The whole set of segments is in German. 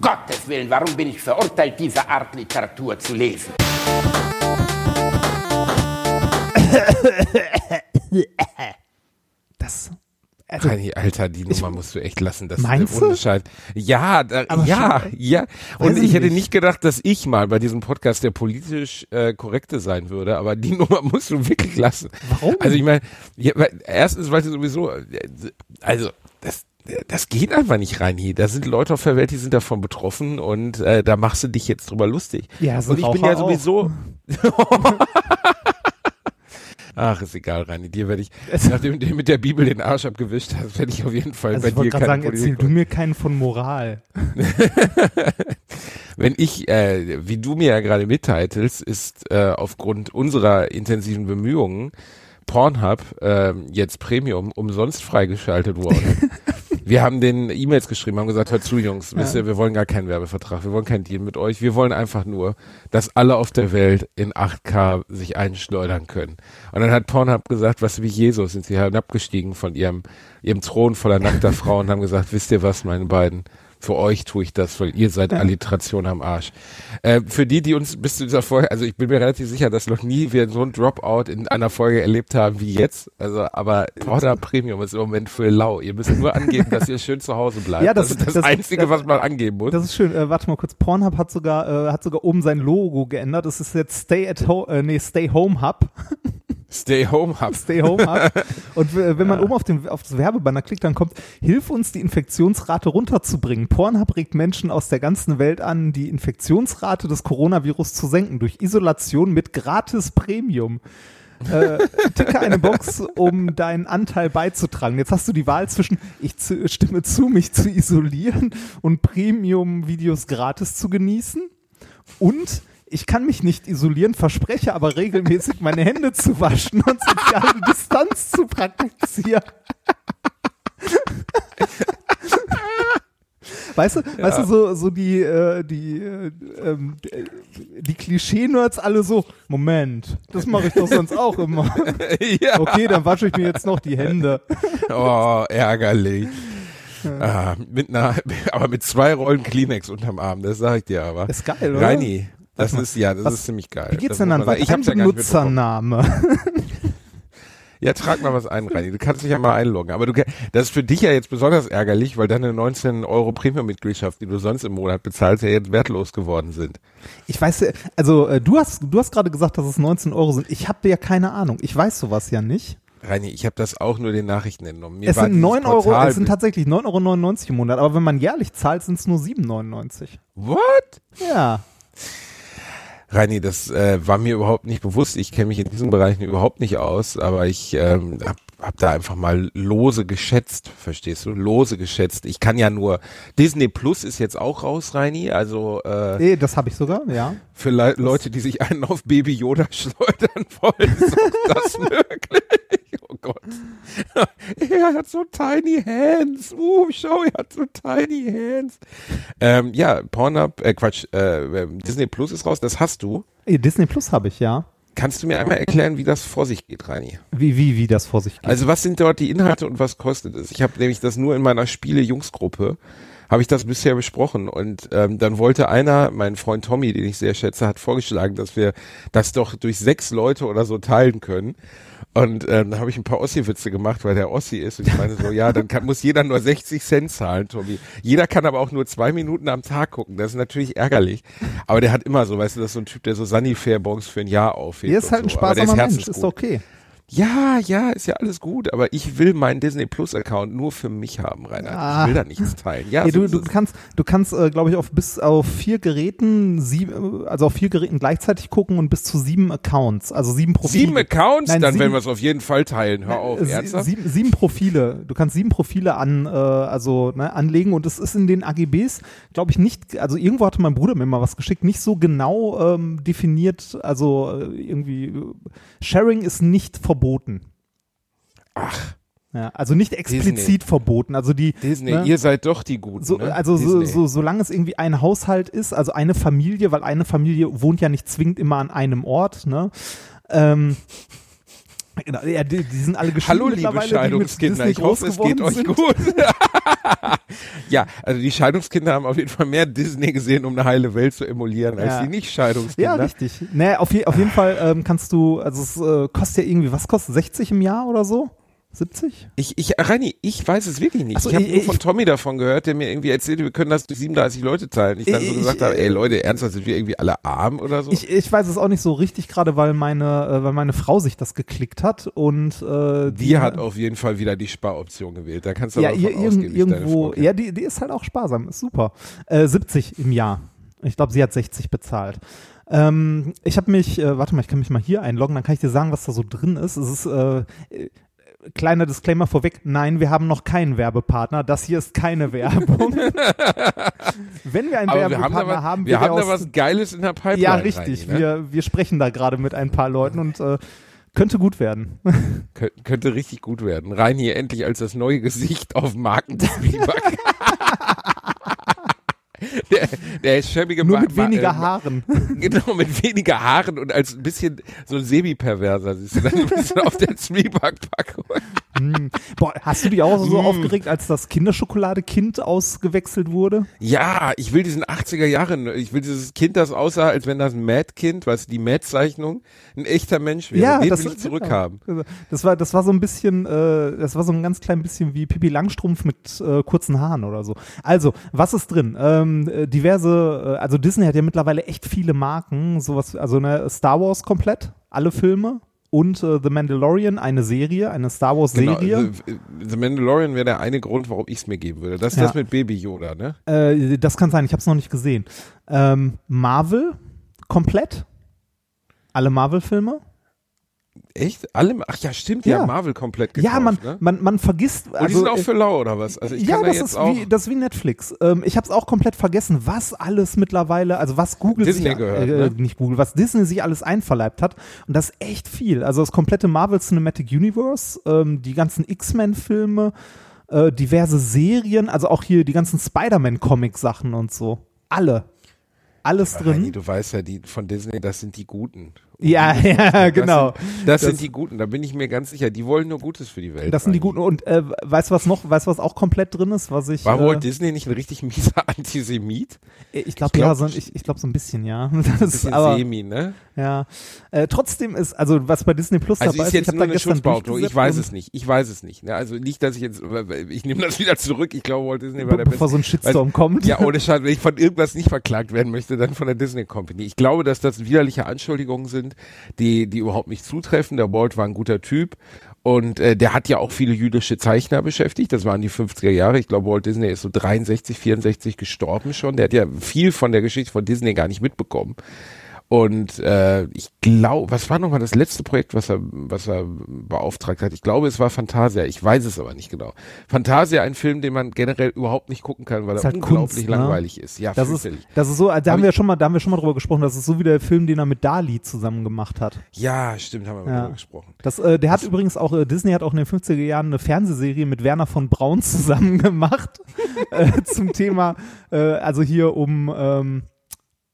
Gottes Willen, warum bin ich verurteilt, diese Art Literatur zu lesen? Das. Also, Reini, Alter, die Nummer musst du echt lassen. Das Meinst ist eine du? Scheiß. Ja, da, Aber ja, schon, ja. Und weiß ich, ich hätte nicht. nicht gedacht, dass ich mal bei diesem Podcast der politisch äh, korrekte sein würde, aber die Nummer musst du wirklich lassen. Warum? Also ich meine, ja, weil- erstens, weil du sowieso, äh, also das, das geht einfach nicht, Reini. Da sind Leute auf der Welt, die sind davon betroffen und äh, da machst du dich jetzt drüber lustig. Ja, so und ich bin ja Raucher auch. sowieso. Ach, ist egal, Reini, dir werde ich, nachdem du dir mit der Bibel den Arsch abgewischt hast, werde ich auf jeden Fall also bei ich wollte dir gerade keine sagen, erzähl Politik du mir keinen von Moral. Wenn ich, äh, wie du mir ja gerade mitteilst, ist äh, aufgrund unserer intensiven Bemühungen Pornhub äh, jetzt Premium umsonst freigeschaltet worden. wir haben den E-Mails geschrieben, haben gesagt, hört zu, Jungs, wisst ihr, wir wollen gar keinen Werbevertrag, wir wollen keinen Deal mit euch, wir wollen einfach nur, dass alle auf der Welt in 8K sich einschleudern können. Und dann hat Pornhub gesagt, was wie Jesus sind sie herabgestiegen von ihrem, ihrem Thron voller nackter Frauen und haben gesagt, wisst ihr was, meine beiden, für euch tue ich das, weil ihr seid Alliteration am Arsch. Äh, für die, die uns bis zu dieser Folge, also ich bin mir relativ sicher, dass noch nie wir so einen Dropout in einer Folge erlebt haben wie jetzt. Also, aber Pornhub Premium ist im Moment für lau. Ihr müsst nur angeben, dass ihr schön zu Hause bleibt. Ja, das, das- ist das, das- Einzige, das- was man angeben muss. Das ist schön. Äh, warte mal kurz. Pornhub hat sogar, äh, hat sogar oben sein Logo geändert. Das ist jetzt Stay at Home, äh, nee, Stay Home Hub. Stay home hub. Stay Home Hub. Und äh, wenn man oben auf, den, auf das Werbebanner klickt, dann kommt, hilf uns, die Infektionsrate runterzubringen. Pornhub regt Menschen aus der ganzen Welt an, die Infektionsrate des Coronavirus zu senken durch Isolation mit gratis Premium. äh, ticke eine Box, um deinen Anteil beizutragen. Jetzt hast du die Wahl zwischen, ich zu, stimme zu, mich zu isolieren und Premium-Videos gratis zu genießen und ich kann mich nicht isolieren, verspreche aber regelmäßig meine Hände zu waschen und soziale Distanz zu praktizieren. Weißt du, weißt du so, so die, äh, die, äh, ähm, d- äh, die Klischee-Nerds alle so, Moment, das mache ich doch sonst auch immer. ja. Okay, dann wasche ich mir jetzt noch die Hände. Oh, ärgerlich. Ah, mit einer, aber mit zwei Rollen Kleenex unterm Arm, das sag ich dir aber. Ist geil, oder? Reini, das ist ja, das was- ist ziemlich geil. Wie geht's Das denn dann muss man sagen. weiter? Ich hab's ja Ein gar nicht mitbekommen. Benutzername. Ja, trag mal was ein, Reini. Du kannst dich ja mal einloggen. Aber du, ke- das ist für dich ja jetzt besonders ärgerlich, weil deine 19 Euro Premium-Mitgliedschaft, die du sonst im Monat bezahlst, ja jetzt wertlos geworden sind. Ich weiß, ja- also äh, du hast, du hast gerade gesagt, dass es 19 Euro sind. Ich habe ja keine Ahnung. Ich weiß sowas ja nicht. Reini, ich habe das auch nur den Nachrichten entnommen. Mir es war sind dieses 9 Euro, Portal- es sind tatsächlich 9,99 Euro im Monat, aber wenn man jährlich zahlt, sind es nur 7,99 What? Euro. Ja. Reini, das äh, war mir überhaupt nicht bewusst. Ich kenne mich in diesen Bereichen überhaupt nicht aus, aber ich ähm, hab, hab da einfach mal lose geschätzt, verstehst du? Lose geschätzt. Ich kann ja nur. Disney Plus ist jetzt auch raus, Reini. Also äh, Nee, eh, das habe ich sogar, ja. für Le Leute, die sich einen auf Baby Yoda schleudern wollen, ist auch das möglich. Oh Gott. er hat so tiny hands. Uh, schau, er hat so tiny hands. Ähm, ja, Pornhub, äh, Quatsch, äh, äh, Disney Plus ist raus, das hast du. Eh, Disney Plus habe ich, ja. Kannst du mir einmal erklären, wie das vor sich geht, Reini? Wie, wie, wie das vor sich geht. Also was sind dort die Inhalte und was kostet es? Ich habe nämlich das nur in meiner Spiele-Jungs-Gruppe, habe ich das bisher besprochen und ähm, dann wollte einer, mein Freund Tommy, den ich sehr schätze, hat vorgeschlagen, dass wir das doch durch sechs Leute oder so teilen können. Und ähm, da habe ich ein paar Ossi-Witze gemacht, weil der Ossi ist. Und ich meine so, ja, dann kann, muss jeder nur 60 Cent zahlen, Tommy. Jeder kann aber auch nur zwei Minuten am Tag gucken. Das ist natürlich ärgerlich. Aber der hat immer so, weißt du, das ist so ein Typ, der so Sunny-Fair-Bongs für ein Jahr aufhebt. Hier ist halt und ein so. Aber der sparsamer Mensch, herzensgut. ist okay. Ja, ja, ist ja alles gut, aber ich will meinen Disney Plus Account nur für mich haben, Reinhard. Ich Ah. will da nichts teilen. Ja, Ey, so du, ist du es. kannst, du kannst, äh, glaube ich, auf bis auf vier Geräten, sieben, also auf vier Geräten gleichzeitig gucken und bis zu sieben Accounts, also sieben Profile. sieben Accounts, Nein, dann sieben- werden wir es auf jeden Fall teilen. Hör auf, Sie- ernsthaft? Sieben, sieben Profile. Du kannst sieben Profile an, äh, also ne, anlegen und es ist in den AGBs, glaube ich, nicht, also irgendwo hatte mein Bruder mir mal was geschickt, nicht so genau ähm, definiert, also äh, irgendwie äh, Sharing ist nicht verboten. Ach. Ja, also nicht explizit Disney. verboten. Also die Disney, ne? ihr seid doch die Guten. So, ne? Also so, Disney. so, solange es irgendwie ein Haushalt ist, also eine Familie, weil eine Familie wohnt ja nicht zwingend immer an einem Ort, ne? Ähm, genau, ja, die, die sind alle geschieden Hallo, liebe mittlerweile, die mit Scheidungskinder, Disney ich hoffe, groß es geht geworden euch sind. gut. Ja, also die Scheidungskinder haben auf jeden Fall mehr Disney gesehen, um eine heile Welt zu emulieren, als Ja. die Ja, Nicht-Scheidungskinder. richtig. Naja, auf, je, auf jeden Fall ähm, kannst du, also es äh, kostet ja irgendwie, was kostet 60 im Jahr oder so? 70? ich, ich, Reini, ich weiß es wirklich nicht. Ach so, ich habe ich- nur von ich- Tommy davon gehört, der mir irgendwie erzählte, wir können das durch 37 Leute teilen. Ich dann so Ich- gesagt ich- habe, ey Leute, ernsthaft, sind wir irgendwie alle arm oder so? Ich, ich weiß es auch nicht so richtig gerade, weil meine, äh, weil meine Frau sich das geklickt hat und äh, die hat auf jeden Fall wieder die Sparoption gewählt. Da kannst du ja aber davon ir irg- ausgehen, wie ich deine irgendwo, Frau kenne. ja, die, die ist halt auch sparsam, ist super. Äh, 70 im Jahr. Ich glaube, sie hat 60 bezahlt. Ähm, ich habe mich, äh, warte mal, ich kann mich mal hier einloggen, dann kann ich dir sagen, was da so drin ist. Es ist äh, äh, kleiner Disclaimer vorweg, nein, wir haben noch keinen Werbepartner. Das hier ist keine Werbung. Wenn wir einen Aber wir haben Werbepartner da was, haben, wir bitte haben da aus- was Geiles in der Pipeline. Ja, richtig. Reini, ne? wir, wir sprechen da gerade mit ein paar Leuten und äh, könnte gut werden. Kö könnte richtig gut werden. Rein hier endlich als das neue Gesicht auf Marken Zwieback. Der, der schäbige Nur Ma- mit Ma- weniger äh, Haaren. Genau, mit weniger Haaren und als ein bisschen so ein Semi-Perverser. Siehst du dann ein bisschen auf der Zwieback-Packung. Boah, hast du dich auch so Mm. aufgeregt, als das Kinderschokoladekind ausgewechselt wurde? Ja, ich will diesen 80er Jahren, ich will dieses Kind, das aussah, als wenn das ein Mad-Kind, weißt du, die Mad-Zeichnung, ein echter Mensch wäre. Den will ich zurückhaben. Das war, das war so ein bisschen, äh, das war so ein ganz klein bisschen wie Pippi Langstrumpf mit äh, kurzen Haaren oder so. Also, was ist drin? Ähm, äh, diverse, äh, also Disney hat ja mittlerweile echt viele Marken, sowas, also ne, Star Wars komplett, alle Filme und äh, The Mandalorian, eine Serie, eine Star Wars Genau, Serie. The, The Mandalorian wäre der eine Grund, warum ich es mir geben würde. Das ist Ja. das mit Baby Yoda, ne? Äh, das kann sein, ich habe es noch nicht gesehen. Ähm, Marvel komplett. Alle Marvel-Filme. Echt? Alle? Ach ja, stimmt, die Ja. haben Marvel komplett gekauft, Ja, man, ne? man, man vergisst. Und die Also, sind auch äh, für lau, oder was? Also ich ja, kann da das jetzt ist, auch... wie, das ist wie Netflix. Ähm, ich habe es auch komplett vergessen, was alles mittlerweile, also was Google Disney sich, gehört, äh, ne? nicht Google, was Disney sich alles einverleibt hat. Und das ist echt viel. Also das komplette Marvel Cinematic Universe, ähm, die ganzen X-Men-Filme, äh, diverse Serien, also auch hier die ganzen Spider-Man-Comic-Sachen und so. Alle. Alles Aber drin. Reini, du weißt ja, die von Disney, das sind die Guten. Ja, ja, genau. Das, sind die Guten, da bin ich mir ganz sicher. Die wollen nur Gutes für die Welt. Das sind die Reini. guten. Und äh, weißt du was noch, weißt du was auch komplett drin ist, was ich. War Walt äh, Disney nicht ein richtig mieser Antisemit? ich glaube, glaub- ja, so, ich, ich glaube so ein bisschen, ja. Das ist Bisschen aber, Semi, ne? ja. Äh, trotzdem ist, also was bei Disney Plus Also dabei ist ist, ich jetzt habe nur da eine gestern Schutzbehauptung. Ich weiß es durchgesetzt nicht. Ich weiß es nicht. Ne? Also nicht, dass ich jetzt, ich nehme das wieder zurück. Ich glaube, Walt Disney und war der be- bevor beste. so ein Shitstorm kommt. Ja, ohne Scheiß, wenn ich von irgendwas nicht verklagt werden möchte, dann von der Disney Company. Ich glaube, dass das widerliche Anschuldigungen sind, die, die überhaupt nicht zutreffen. Der Walt war ein guter Typ und äh, der hat ja auch viele jüdische Zeichner beschäftigt. Das waren die 50er Jahre. Ich glaube, Walt Disney ist so 63, 64 gestorben schon. Der hat ja viel von der Geschichte von Disney gar nicht mitbekommen. Und äh, ich glaube, was war nochmal das letzte Projekt, was er, was er beauftragt hat? Ich glaube, es war Fantasia. Ich weiß es aber nicht genau. Fantasia, ein Film, den man generell überhaupt nicht gucken kann, weil Ist er halt unglaublich Kunst, ne? langweilig ist. Ja, Das ist, fürchterlich. das ist so, also da Hab haben ich- wir schon mal, da haben wir schon mal drüber gesprochen, das ist so wie der Film, den er mit Dali zusammen gemacht hat. Ja, stimmt, haben wir mal Ja. drüber gesprochen. Das, äh, der hat übrigens auch, äh, Disney hat auch in den 50er Jahren eine Fernsehserie mit Werner von Braun zusammen gemacht äh, zum Thema, äh, also hier um, ähm,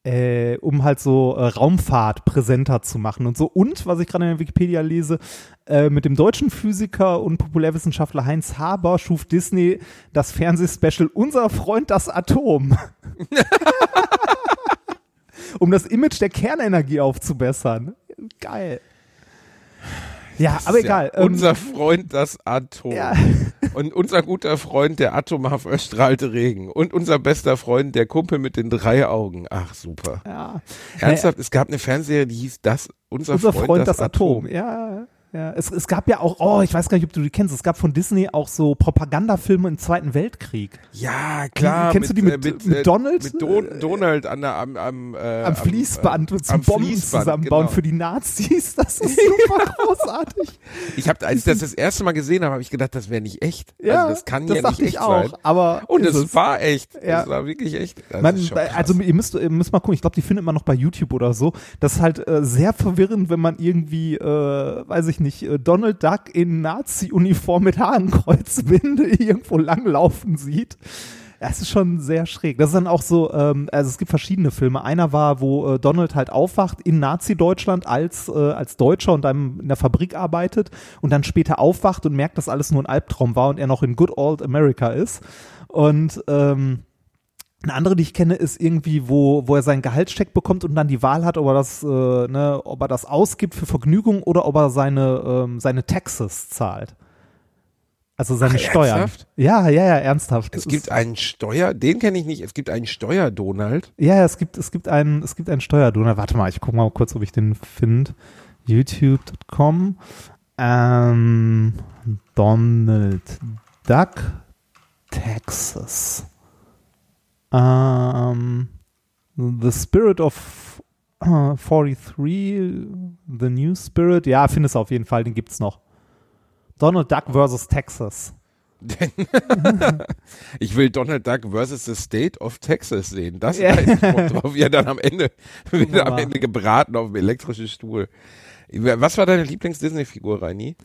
äh, um halt so äh, Raumfahrt präsenter zu machen und so. Und, was ich gerade in der Wikipedia lese, äh, mit dem deutschen Physiker und Populärwissenschaftler Heinz Haber schuf Disney das Fernsehspecial Unser Freund das Atom. um das Image der Kernenergie aufzubessern. Geil. Ja, aber Ist ja egal. ähm, unser Freund, das Atom. Ja. Und unser guter Freund, der atomar verstrahlte Regen. Und unser bester Freund, der Kumpel mit den drei Augen. Ach, super. ja. Ernsthaft, es gab eine Fernsehserie, die hieß das, unser, Unser Freund, das, Atom. Ja, ja. Es, es gab ja auch, oh, ich weiß gar nicht, ob du die kennst, es gab von Disney auch so Propagandafilme im Zweiten Weltkrieg. Ja, klar. Die- kennst du die mit- mit äh, Donald? Mit Don Donald an der, am, am, äh, Am Fließband äh, und zum am Bomben Fließband, zusammenbauen genau. Also für die Nazis. Das ist super großartig. Ich habe, als ich das das erste Mal gesehen habe, habe ich gedacht, das wäre nicht echt. Ja, also das kann ja nicht dachte echt ich auch. sein. Aber Und ist es, war echt. Ja. Es war wirklich echt. Das Man, ist schon krass. also ihr müsst, ihr müsst mal gucken, ich glaube, die findet man noch bei YouTube oder so. Das ist halt äh, sehr verwirrend, wenn man irgendwie, äh, weiß ich nicht, äh, Donald Duck in Nazi-Uniform mit Hakenkreuzbinde irgendwo langlaufen sieht. Das ist schon sehr schräg. Das ist dann auch so, ähm, also es gibt verschiedene Filme. Einer war, wo äh, Donald halt aufwacht in Nazi-Deutschland als, äh, als Deutscher und dann in der Fabrik arbeitet und dann später aufwacht und merkt, dass alles nur ein Albtraum war und er noch in Good Old America ist. Und ähm, eine andere, die ich kenne, ist irgendwie, wo, wo er seinen Gehaltscheck bekommt und dann die Wahl hat, ob er das, äh, ne, ob er das ausgibt für Vergnügung oder ob er seine, ähm, seine Taxes zahlt. Also seine Ach, Steuern. ernsthaft? Ja, ja, ja, ernsthaft. Es Das gibt ist, einen Steuer, den kenne ich nicht, es gibt einen Steuer-Donald. ja, ja, es gibt, es gibt einen, es gibt einen Steuerdonor. Warte mal, ich guck mal kurz, ob ich den finde. YouTube.com. Ähm, Donald Duck, Texas. Ähm, the Spirit of äh, 43, The New Spirit. Ja, findest du auf jeden Fall, den gibt's noch. Donald Duck versus Texas. Ich will Donald Duck versus the State of Texas sehen. Das Ja. ja. weiß ich noch drauf. Ja, dann am Ende, wird er am Wunderbar. Ende gebraten auf dem elektrischen Stuhl. Was war deine Lieblings-Disney-Figur, Reini?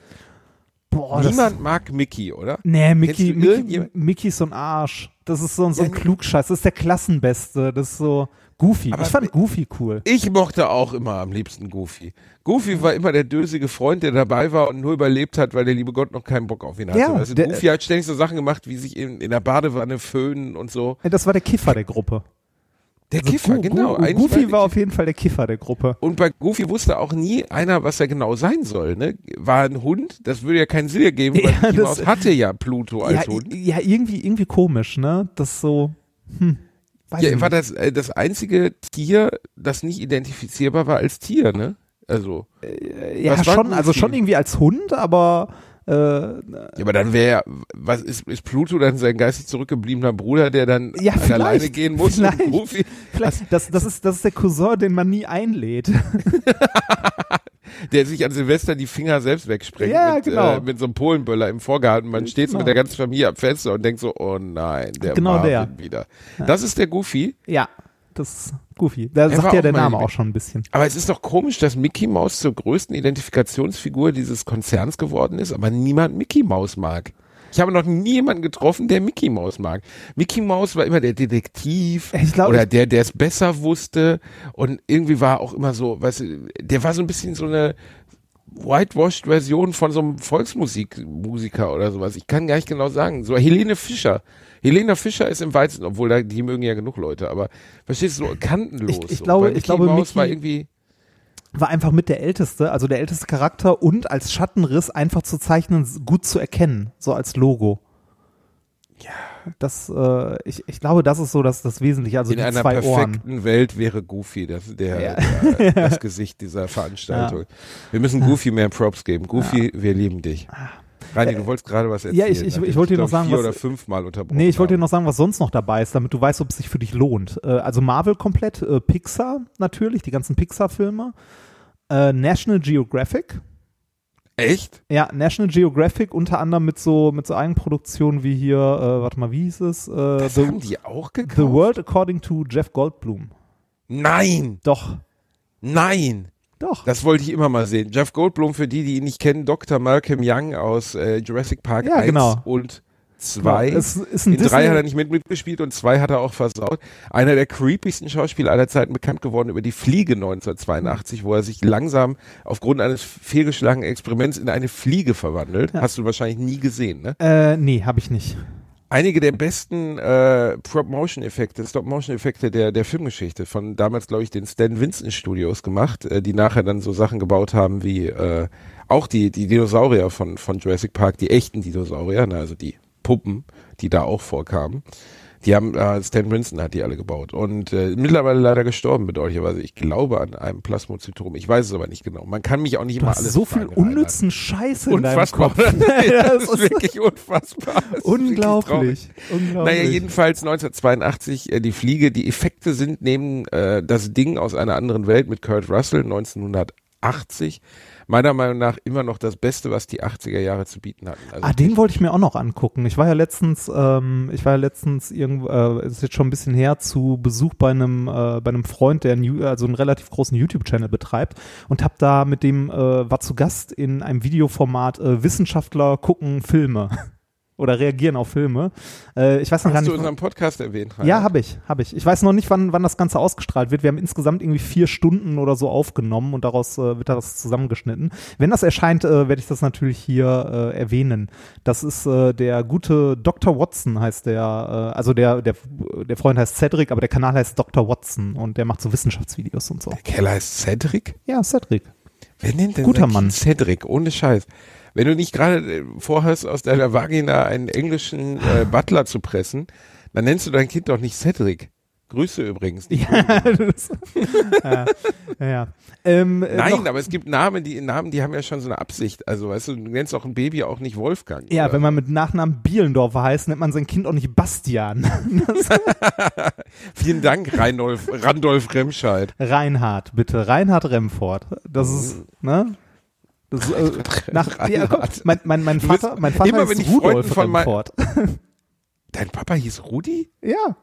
Boah, Oh, das- Niemand mag Mickey, oder? Nee, Kennst Mickey, du Mickey, irgendjemand- Mickey ist so ein Arsch. Das ist so ein, so ein Ja, nee. Klugscheiß. Das ist der Klassenbeste. Das ist so Goofy. Aber ich fand Goofy cool. Ich mochte auch immer am liebsten Goofy. Goofy war immer der dösige Freund, der dabei war und nur überlebt hat, weil der liebe Gott noch keinen Bock auf ihn hatte. Ja, weißt du, der- Goofy hat ständig so Sachen gemacht, wie sich in, in der Badewanne föhnen und so. Ey, Das war der Kiffer der Gruppe. Der Also Kiffer, Gu- Gu- genau. eigentlich Goofy der war auf jeden Fall der Kiffer der Gruppe. Und bei Goofy wusste auch nie einer, was er genau sein soll. Ne? War ein Hund, das würde ja keinen Sinn ergeben, weil Ja, Mickey das- Mouse hatte ja Pluto Ja, als Hund. i- ja, irgendwie, irgendwie komisch, ne? Das so, hm, weiß ich Ja, nicht. war das äh, das einzige Tier, das nicht identifizierbar war als Tier, ne? Also, ja was war schon, also Goofy? schon irgendwie als Hund, aber äh, ja, aber dann wäre was ist, ist Pluto dann sein geistig zurückgebliebener Bruder, der dann Ja, an der Leine vielleicht, gehen muss vielleicht. und Goofy, vielleicht, das, das, ist, das ist der Cousin, den man nie einlädt. der sich an Silvester die Finger selbst wegsprengt Ja, mit, genau. äh, mit so einem Polenböller im Vorgarten. Man steht Genau. mit der ganzen Familie am Fenster und denkt so, oh nein, der Genau Marvin der. wieder. Das ist der Goofy. ja, das ist Goofy. Da Der sagt war ja auch der meine Name Lieblings- auch schon ein bisschen. Aber es ist doch komisch, dass Mickey Mouse zur größten Identifikationsfigur dieses Konzerns geworden ist, aber niemand Mickey Mouse mag. Ich habe noch nie jemanden getroffen, der Mickey Mouse mag. Mickey Mouse war immer der Detektiv Ich glaub, oder ich- der, der es besser wusste und irgendwie war auch immer so, weißt du, der war so ein bisschen so eine whitewashed Version von so einem Volksmusikmusiker oder sowas. Ich kann gar nicht genau sagen. So Helene Fischer. Helene Fischer ist im Weizen, obwohl da, die mögen ja genug Leute, aber verstehst du, so kantenlos. Ich- ich so. glaube- Weil ich Mickey glaube, Mouse war Mickey- irgendwie war einfach mit der älteste, also der älteste Charakter und als Schattenriss einfach zu zeichnen, s- gut zu erkennen, so als Logo. Ja. Das, äh, ich, ich glaube, das ist so das, das Wesentliche, also in die einer zwei Ohren. perfekten Welt wäre Goofy das, der, der, das Gesicht dieser Veranstaltung. Wir müssen Goofy mehr Props geben. Goofy, wir lieben dich. Rani, du wolltest gerade was erzählen. Ah. Äh, ja, ich- ich- ich nachdem wollte dir noch glaub, sagen, vier was- oder fünfmal unterbrochen. Nee, ich wollte dir habe. noch sagen, was sonst noch dabei ist, damit du weißt, ob es sich für dich lohnt. Äh, also Marvel komplett, äh, Pixar natürlich, die ganzen Pixar-Filme, äh, National Geographic. echt? Ja, National Geographic unter anderem mit so mit so Eigenproduktionen wie hier, äh, warte mal, wie hieß es? Äh, Das The, haben die auch gekauft? The World According to Jeff Goldblum. Nein, Doch, nein. doch. Das wollte ich immer mal sehen. Jeff Goldblum, für die, die ihn nicht kennen, Dr. Malcolm Young aus äh, Jurassic Park Ja, 1 genau. und 2. Es ist ein In drei Disney- hat er nicht mit mitgespielt und zwei hat er auch versaut. Einer der creepiesten Schauspieler aller Zeiten bekannt geworden über die Fliege 1982, wo er sich langsam aufgrund eines fehlgeschlagenen Experiments in eine Fliege verwandelt. Hast du wahrscheinlich nie gesehen, ne? Äh, nee, habe ich nicht. Einige der besten äh, Prop-Motion-Effekte, Stop-Motion-Effekte der, der Filmgeschichte von damals, glaube ich, den Stan Winston Studios gemacht, äh, die nachher dann so Sachen gebaut haben wie äh, auch die, die Dinosaurier von, von Jurassic Park, die echten Dinosaurier, ne, also die Puppen, die da auch vorkamen. Die haben, äh, Stan Winston hat die alle gebaut und äh, mittlerweile leider gestorben, bedauerlicherweise. Ich glaube an einem Plasmozytom. Ich weiß es aber nicht genau. Man kann mich auch nicht Du immer hast alles so viel fragen, Reinhard. unnützen Scheiße in deinem Unfassbar. Kopf. Ja, das das ist ist wirklich unfassbar. Das ist wirklich traurig. unglaublich. unglaublich. Naja, jedenfalls 1982 äh, die Fliege. Die Effekte sind neben äh, das Ding aus einer anderen Welt mit Kurt Russell 1980 meiner Meinung nach immer noch das Beste, was die 80er Jahre zu bieten hatten. Also Ah, den wollte ich mir auch noch angucken. Ich war ja letztens, ähm, ich war ja letztens irgendwo, äh, ist jetzt schon ein bisschen her, zu Besuch bei einem, äh, bei einem Freund, der einen, Ju- also einen relativ großen YouTube-Channel betreibt und hab da mit dem, äh, war zu Gast in einem Videoformat äh, Wissenschaftler gucken Filme. oder reagieren auf Filme. Äh, ich weiß noch gar Hast du nicht. unseren Podcast erwähnt? Rainer? ja, habe ich, habe ich. Ich weiß noch nicht, wann, wann das Ganze ausgestrahlt wird. Wir haben insgesamt irgendwie vier Stunden oder so aufgenommen und daraus äh, wird daraus zusammengeschnitten. Wenn das erscheint, äh, werde ich das natürlich hier äh, erwähnen. Das ist äh, der gute Dr. Watson heißt der, äh, also der, der, der Freund heißt Cedric, aber der Kanal heißt Dr. Watson und der macht so Wissenschaftsvideos und so. Keller heißt Cedric? Ja, Cedric. Wer nennt denn Guter sein Mann. Kind Cedric, ohne Scheiß. Wenn du nicht gerade äh, vorhast, aus deiner Vagina einen englischen äh, Butler zu pressen, dann nennst du dein Kind doch nicht Cedric. Grüße übrigens. Nicht Ja, das, ja, ja, ja. Ähm, äh, Nein, noch- aber es gibt Namen, die Namen, die haben ja schon so eine Absicht. Also, weißt du, du nennst auch ein Baby auch nicht Wolfgang. Ja, oder? wenn man mit Nachnamen Bielendorfer heißt, nennt man sein Kind auch nicht Bastian. Vielen Dank, Reinolf, Randolph Remscheid. Reinhard, bitte. Reinhard Remford. Das ist, ne? Das, äh, nach, ja, komm, Reinhard. mein, mein, mein Du bist- Vater, mein Vater immer, wenn heißt ich Freunden Rudolf von mein- Remford. Dein Papa hieß Rudi? ja,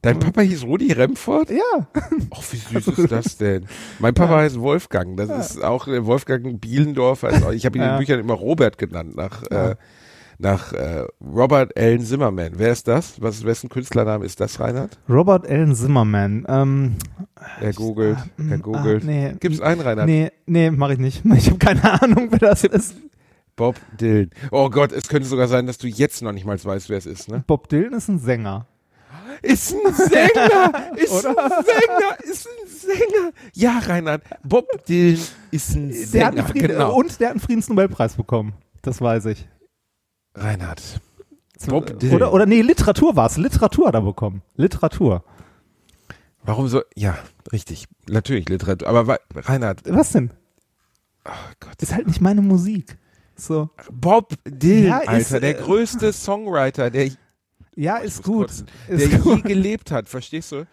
Hm? Dein Papa hieß Rudi Remford? ja. Och, wie süß ist das denn? Mein Papa heißt Wolfgang. Das ist auch äh, Wolfgang Bielendorf. Also ich habe ihn Ja. in den Büchern immer Robert genannt, nach, äh, nach äh, Robert Allen Zimmerman. Wer ist das? Was, wessen Künstlername ist das, Reinhard? Robert Allen Zimmerman. Ähm, Er googelt. Er ah, googelt. nee. Gibt's einen, Reinhard? nee, nee, mache ich nicht. Ich habe keine Ahnung, wer das ist. Bob Dylan. Oh Gott, es könnte sogar sein, dass du jetzt noch nicht mal weißt, wer es ist, ne? Bob Dylan ist ein Sänger. Ist ein Sänger! Ist ein Sänger! Ist ein Sänger! Ja, Reinhard, Bob Dylan ist ein Der Sänger. hat einen Frieden, genau. Und der hat einen Friedensnobelpreis bekommen. Das weiß ich. Reinhard. Bob Dylan. Oder, oder nee, Literatur war's. Literatur hat er bekommen. Literatur. Warum so? Ja, richtig. Natürlich Literatur. Aber wa- Reinhard, Was denn? oh Gott. Ist halt nicht meine Musik. So. Bob Dylan, Ja, ist, Alter, der äh, größte Songwriter, der, Ja, ist gut. kotzen. der Ist je gut. gelebt hat, verstehst du?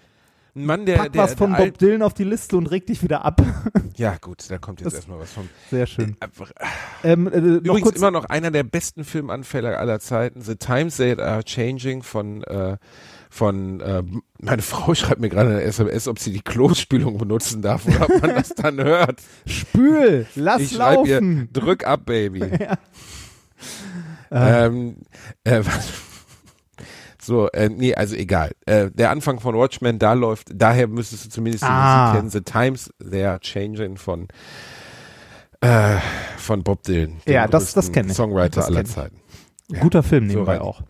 Ein Mann, der, Pack der, was von der alt- Bob Dylan auf die Liste und reg dich wieder ab. Ja, gut, da kommt jetzt Das- erstmal was von. Sehr schön. Einfach- Ähm, äh, noch Übrigens kurz, immer noch einer der besten Filmanfälle aller Zeiten. The Times That Are Changing von äh, von äh, meine Frau schreibt mir gerade eine SMS, ob sie die Klospülung benutzen darf oder ob man das dann hört. spül, lass ich schreibe ihr, laufen. drück ab, Baby. Äh, Ähm, äh, was? So, äh, nee, also egal. Äh, der Anfang von Watchmen, da läuft, daher müsstest du zumindest die Ah. Musik kennen. The Times, They Are Changing von, äh, von Bob Dylan. dem Ja, das- größten das kenn ich. Songwriter Das aller kenn ich. Zeiten. guter Film nebenbei rein. auch.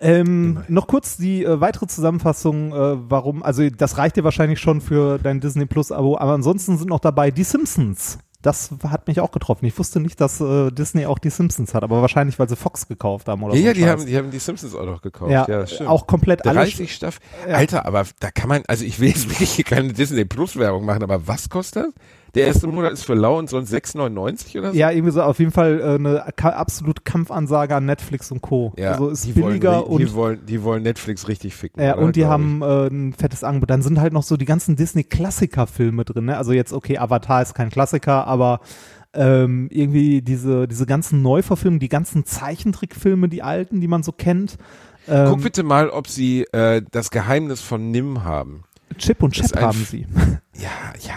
Ähm, Nebenbei. noch kurz die äh, weitere Zusammenfassung, äh, warum, also das reicht dir wahrscheinlich schon für dein Disney Plus Abo, aber ansonsten sind noch dabei die Simpsons. Das hat mich auch getroffen. Ich wusste nicht, dass äh, Disney auch die Simpsons hat, aber wahrscheinlich, weil sie Fox gekauft haben oder Ja, so. ja, ein die Scheiß. haben, die haben die Simpsons auch noch gekauft. ja, Ja, stimmt. auch komplett alle. 30 Staffeln. Alter, aber da kann man, also ich will jetzt wirklich hier keine Disney Plus Werbung machen, aber was kostet das? Der erste Monat ist für lau und sonst 6,99 oder so? Oh. Ja, irgendwie so auf jeden Fall äh, eine ka absolute Kampfansage an Netflix und Co. also ist die billiger wollen, ri- die und wollen, die wollen Netflix richtig ficken. ja, oder? und die Glaub haben äh, ein fettes Angebot. Dann sind halt noch so die ganzen Disney-Klassiker-Filme drin. Ne? Also jetzt, okay, Avatar ist kein Klassiker, aber ähm, irgendwie diese, diese ganzen Neuverfilmungen, die ganzen Zeichentrickfilme, die alten, die man so kennt. ich. Ähm, Guck bitte mal, ob sie äh, das Geheimnis von Nim haben. Chip und das ist Chap ein haben F- sie. Ja,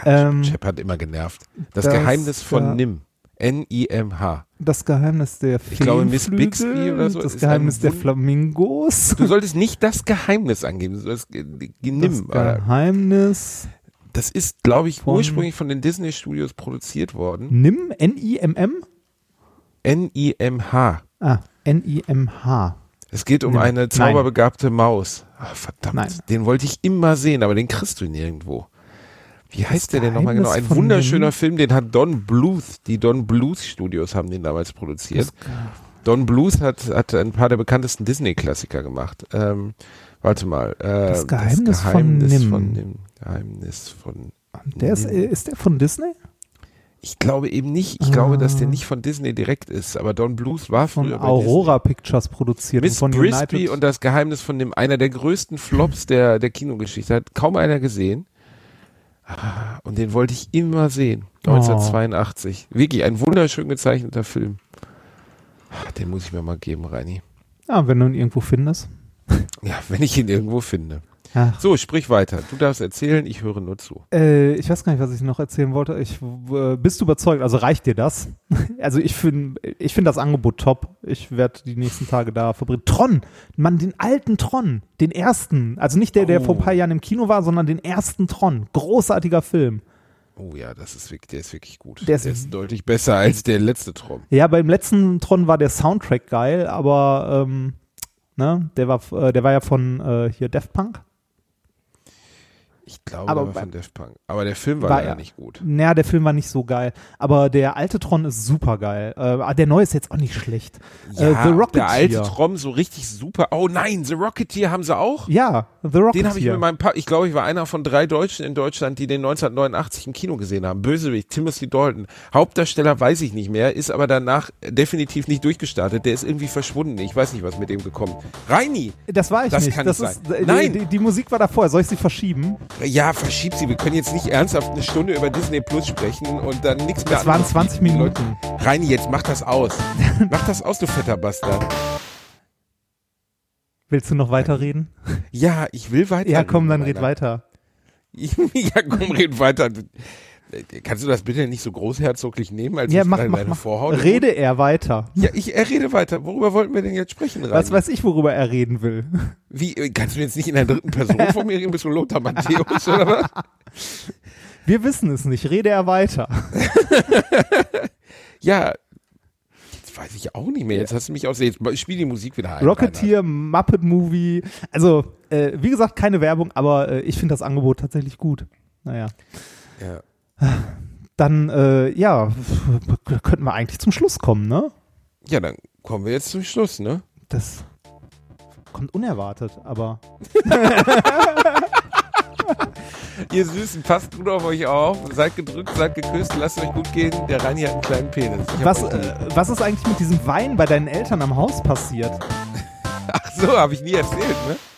ja, Ähm, Chap hat immer genervt. Das, das- Geheimnis von ja. Nim. N-I-M-H. Das Geheimnis der Ich glaube, Miss Feenflügel, Bixby oder so Das ist Geheimnis ein der Wund- Flamingos. Du solltest nicht das Geheimnis angeben, du solltest äh, die- die das Nim. Das, Geheimnis das ist, glaube ich, Von- ursprünglich von den Disney Studios produziert worden. Nimm, N-I-M-M? N-I-M-H. Ah, N-I-M-H. Es geht um Nim. eine Nein. zauberbegabte Maus. Ah, verdammt, Nein. den wollte ich immer sehen, aber den kriegst du nirgendwo. Wie heißt der denn nochmal Geheimnis genau? Ein von wunderschöner Nim. Film, den hat Don Bluth, die Don Bluth Studios haben den damals produziert. Don Bluth hat, hat ein paar der bekanntesten Disney-Klassiker gemacht. Ähm, warte mal. Äh, das Geheimnis von Nim. Geheimnis von Der ist, Mhm. äh, ist der von Disney? ich glaube eben nicht. Ich glaube, dass der nicht von Disney direkt ist, aber Don Bluth war Ah. Von früher bei Aurora Pictures produziert Miss und von Brisby United. und das Geheimnis von dem einer der größten Flops der, der Kinogeschichte hat kaum einer gesehen. Ah, Und den wollte ich immer sehen. 1982. Oh. Wirklich ein wunderschön gezeichneter Film. Ah, Den muss ich mir mal geben, Reini. Ah, ja, wenn du ihn irgendwo findest. Ja, wenn ich ihn irgendwo finde. Ach. So, sprich weiter. Du darfst erzählen, ich höre nur zu. Äh, ich weiß gar nicht, was ich noch erzählen wollte. Ich, w- äh, bist du überzeugt? Also reicht dir das? Also ich finde ich find das Angebot top. Ich werde die nächsten Tage da verbringen. Tron, Mann, den alten Tron, den ersten. Also nicht der, der Oh. vor ein paar Jahren im Kino war, sondern den ersten Tron. Großartiger Film. Oh ja, das ist wirklich, der ist wirklich gut. Der ist- deutlich besser als der letzte Trom. Ja, beim letzten Tron war der Soundtrack geil, aber ähm, ne, der war, f- äh, der war ja von äh, hier Daft Punk. Ich glaube, Aber aber bei- von Daft Punk. Aber der Film war, War leider er. nicht gut. Naja, der Film war nicht so geil, aber der alte Tron ist super geil. Äh, der neue ist jetzt auch nicht schlecht. äh, The ob Rocketeer. der alte Trom so richtig super. Oh nein, The Rocketeer haben sie auch? Ja, The Rocketeer. Den habe ich mit meinem Papa, ich glaube, ich war einer von drei Deutschen in Deutschland, die den 1989 im Kino gesehen haben. Bösewicht, Timothy Dalton. Hauptdarsteller weiß ich nicht mehr, ist aber danach definitiv nicht durchgestartet. Der ist irgendwie verschwunden. Ich weiß nicht, was mit dem gekommen. Reini! das war ich Das nicht. kann das nicht ist, sein. äh, Nein! Die, die, die Musik war davor. Soll ich sie verschieben? Ja, verschieb sie. Wir können jetzt nicht ernsthaft eine Stunde über Disney Plus sprechen und dann nichts mehr. Das waren anderes. 20 Minuten. Reini, jetzt mach das aus. Mach das aus, du fetter Bastard. Willst du noch weiterreden? Ja, ich will weiter. Ja, komm, dann red Rainer. weiter. ja, komm, red weiter. Du- äh, Kannst du das bitte nicht so großherzoglich nehmen, als Ja, ich mach, gerade mach, deine mach. Vorhaut? Rede er weiter. Ja, ich er rede weiter. Worüber wollten wir denn jetzt sprechen, Rainer? Was weiß ich, worüber er reden will. Wie, äh, kannst du jetzt nicht in der dritten Person von mir reden? Bist du Lothar Matthäus oder was? Wir wissen es nicht. Rede er weiter. Ja, jetzt weiß ich auch nicht mehr. Jetzt hast du mich aus. Jetzt spiel die Musik wieder ein. Rocketeer, Muppet Movie. Also, äh, wie gesagt, keine Werbung, aber äh, ich finde das Angebot tatsächlich gut. Naja. Rainer. Ja. Dann, äh, ja, f- könnten wir eigentlich zum Schluss kommen, ne? ja, dann kommen wir jetzt zum Schluss, ne? Das kommt unerwartet, aber. Ihr Süßen, passt gut auf euch auf. Seid gedrückt, seid geküsst, lasst euch gut gehen. Der Reini hat einen kleinen Penis. Ich hab Was, auch- äh, was ist eigentlich mit diesem Wein bei deinen Eltern am Haus passiert? Ach so, habe ich nie erzählt, ne?